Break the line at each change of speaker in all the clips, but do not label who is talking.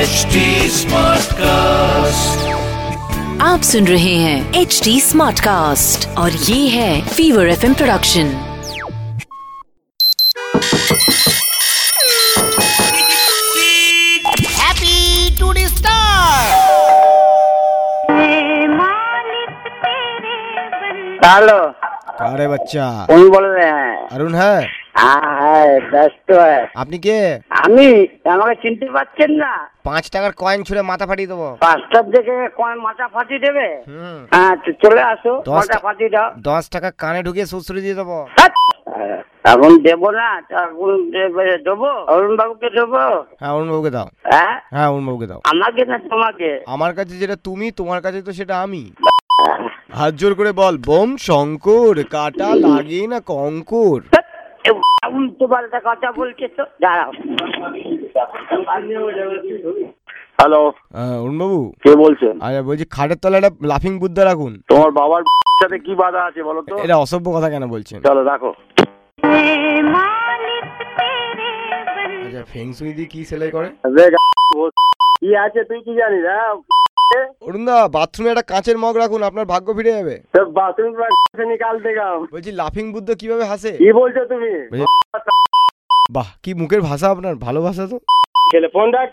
HD Smartcast.
आप सुन रहे हैं एच डी स्मार्ट कास्ट और ये है fever F production
Happy to the star!
Hello
আরে বাচ্চা
উনি বলে হ্যাঁ
অরুণ হ্যাঁ
হ্যাঁ ব্যস্ত হয়
আপনি কে
আমি আমাকে চিনতে পারছেন না
পাঁচ টাকার কয়েন ছুঁড়ে মাথা ফাটিয়ে দেবো
পাঁচটার দিকে কয় মাথা ফাটি দেবে
হুম
হ্যাঁ তো চলে আসো
দশটা-
মাথা ফাটি দাও
দশ টাকা কানে ঢুকিয়ে সুসুরি দিয়ে দেবো
হাট! এখন দেবো না তো এখন দেব- দেবো অরুণবাবুকে দেবো
হ্যাঁ অরুণ বাবুকে দাও
হ্যাঁ
হ্যাঁ অরুণ বাবুকে দাও
আমাকে না তোমাকে
আমার কাছে যেটা তুমি তোমার কাছে তো সেটা আমি হাত জোর করে বল বোম শঙ্কর কাটা লাগে না কঙ্কর
ধ্যাৎ, এ হ্যাঁ, উল্টো পাল্টা কথা বলছে তো দাঁড়াও
হ্যালো
হ্যাঁ, অরুণ বাবু
কে বলছেন
আরে বলছি খাটের তলায় একটা লাফিং বুদ্ধা রাখুন
তোমার বাবার সাথে কি বাধা আছে বলো তো
এটা অসভ্য কথা কেন বলছেন
চলো রাখো
আচ্ছা ফেংসুই দিয়ে কি সেলাই করে
রে গা- ও কি আছে তুই কি জানিস হ্যাঁ
অরুণ দা বাথরুমে একটা কাঁচের মগ রাখুন আপনার ভাগ্য ফিরে যাবে
তোর বাথরুম সে নিকাল দেগা
বলছি লাফিং বুদ্ধা কিভাবে হাসে
কি বলছো তুমি
বাহ কি মুখের ভাষা আপনার ভালো ভাষা তো
ছেলে ফোন রাখ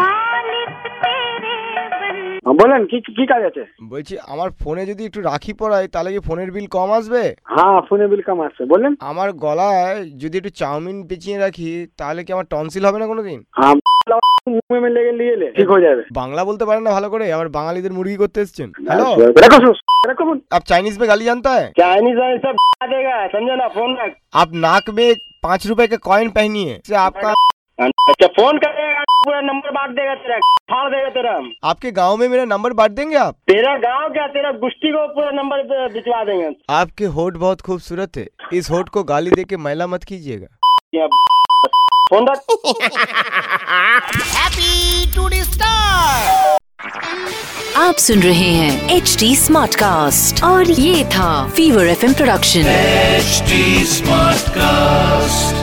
হ্যাঁ, বলেন কি কি কাজ আছে
বলছি আমার ফোনে যদি একটু রাখি পড়াই তাহলে কি ফোনের বিল কম আসবে
হ্যাঁ ফোনে বিল কাম আসছে বললেন
আমার গলায় যদি একটু চাউমিন পেঁচিয়ে রাখি তাহলে কি আমার টনসিল হবে না কোনোদিন
হ্যাঁ মুখে মে লেগে নিয়ে এলে ঠিক হয়ে যাবে
বাংলা বলতে পারেন না ভালো করে আবার বাঙালিদের মুরগি করতে এসছেন হ্যালো
रखो सो रखो फोन
आप चाइनीज में गाली जानता है
चाइनीज वाले सब देगा समझे ना फोन रख
आप नाक में पाँच रुपए का कॉइन पहनिए इससे आपका
अच्छा फोन करेगा पूरा नंबर बांट देगा तेरा फाड़ देगा तेरा हम
आपके गांव में मेरा नंबर बांट देंगे आप
तेरा गांव क्या तेरा गुस्ती को पूरा नंबर ब- भिजवा देंगे हम।
आपके होठ बहुत खूबसूरत है इस होठ को गाली दे के मैला मत कीजिएगा
या ब- फोन रख
Happy to the star!
आप सुन रहे हैं एच डी स्मार्ट कास्ट और ये था fever F production
HD Smartcast.